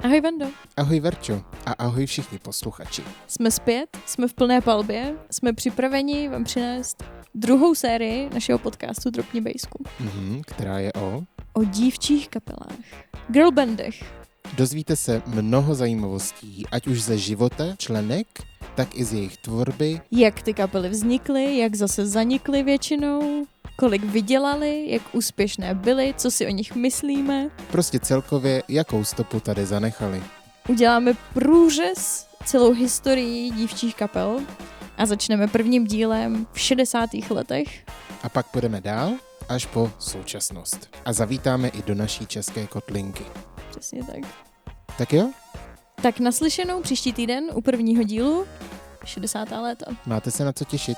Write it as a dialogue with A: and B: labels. A: Ahoj Vendo.
B: Ahoj Verčo a ahoj všichni posluchači.
A: Jsme zpět, jsme v plné palbě, jsme připraveni vám přinést druhou sérii našeho podcastu Dropni Bejsku.
B: Mhm, která je o...
A: O dívčích kapelách. Girlbandech.
B: Dozvíte se mnoho zajímavostí, ať už ze života členek, tak i z jejich tvorby.
A: Jak ty kapely vznikly, jak zase zanikly většinou, kolik vydělali, jak úspěšné byly, co si o nich myslíme.
B: Prostě celkově, jakou stopu tady zanechali.
A: Uděláme průřez celou historii dívčích kapel a začneme prvním dílem v 60. letech.
B: A pak půjdeme dál až po současnost. A zavítáme i do naší české kotlinky.
A: Přesně tak.
B: Tak jo,
A: Tak naslyšenou příští týden u prvního dílu 60. léta.
B: máte se na co těšit.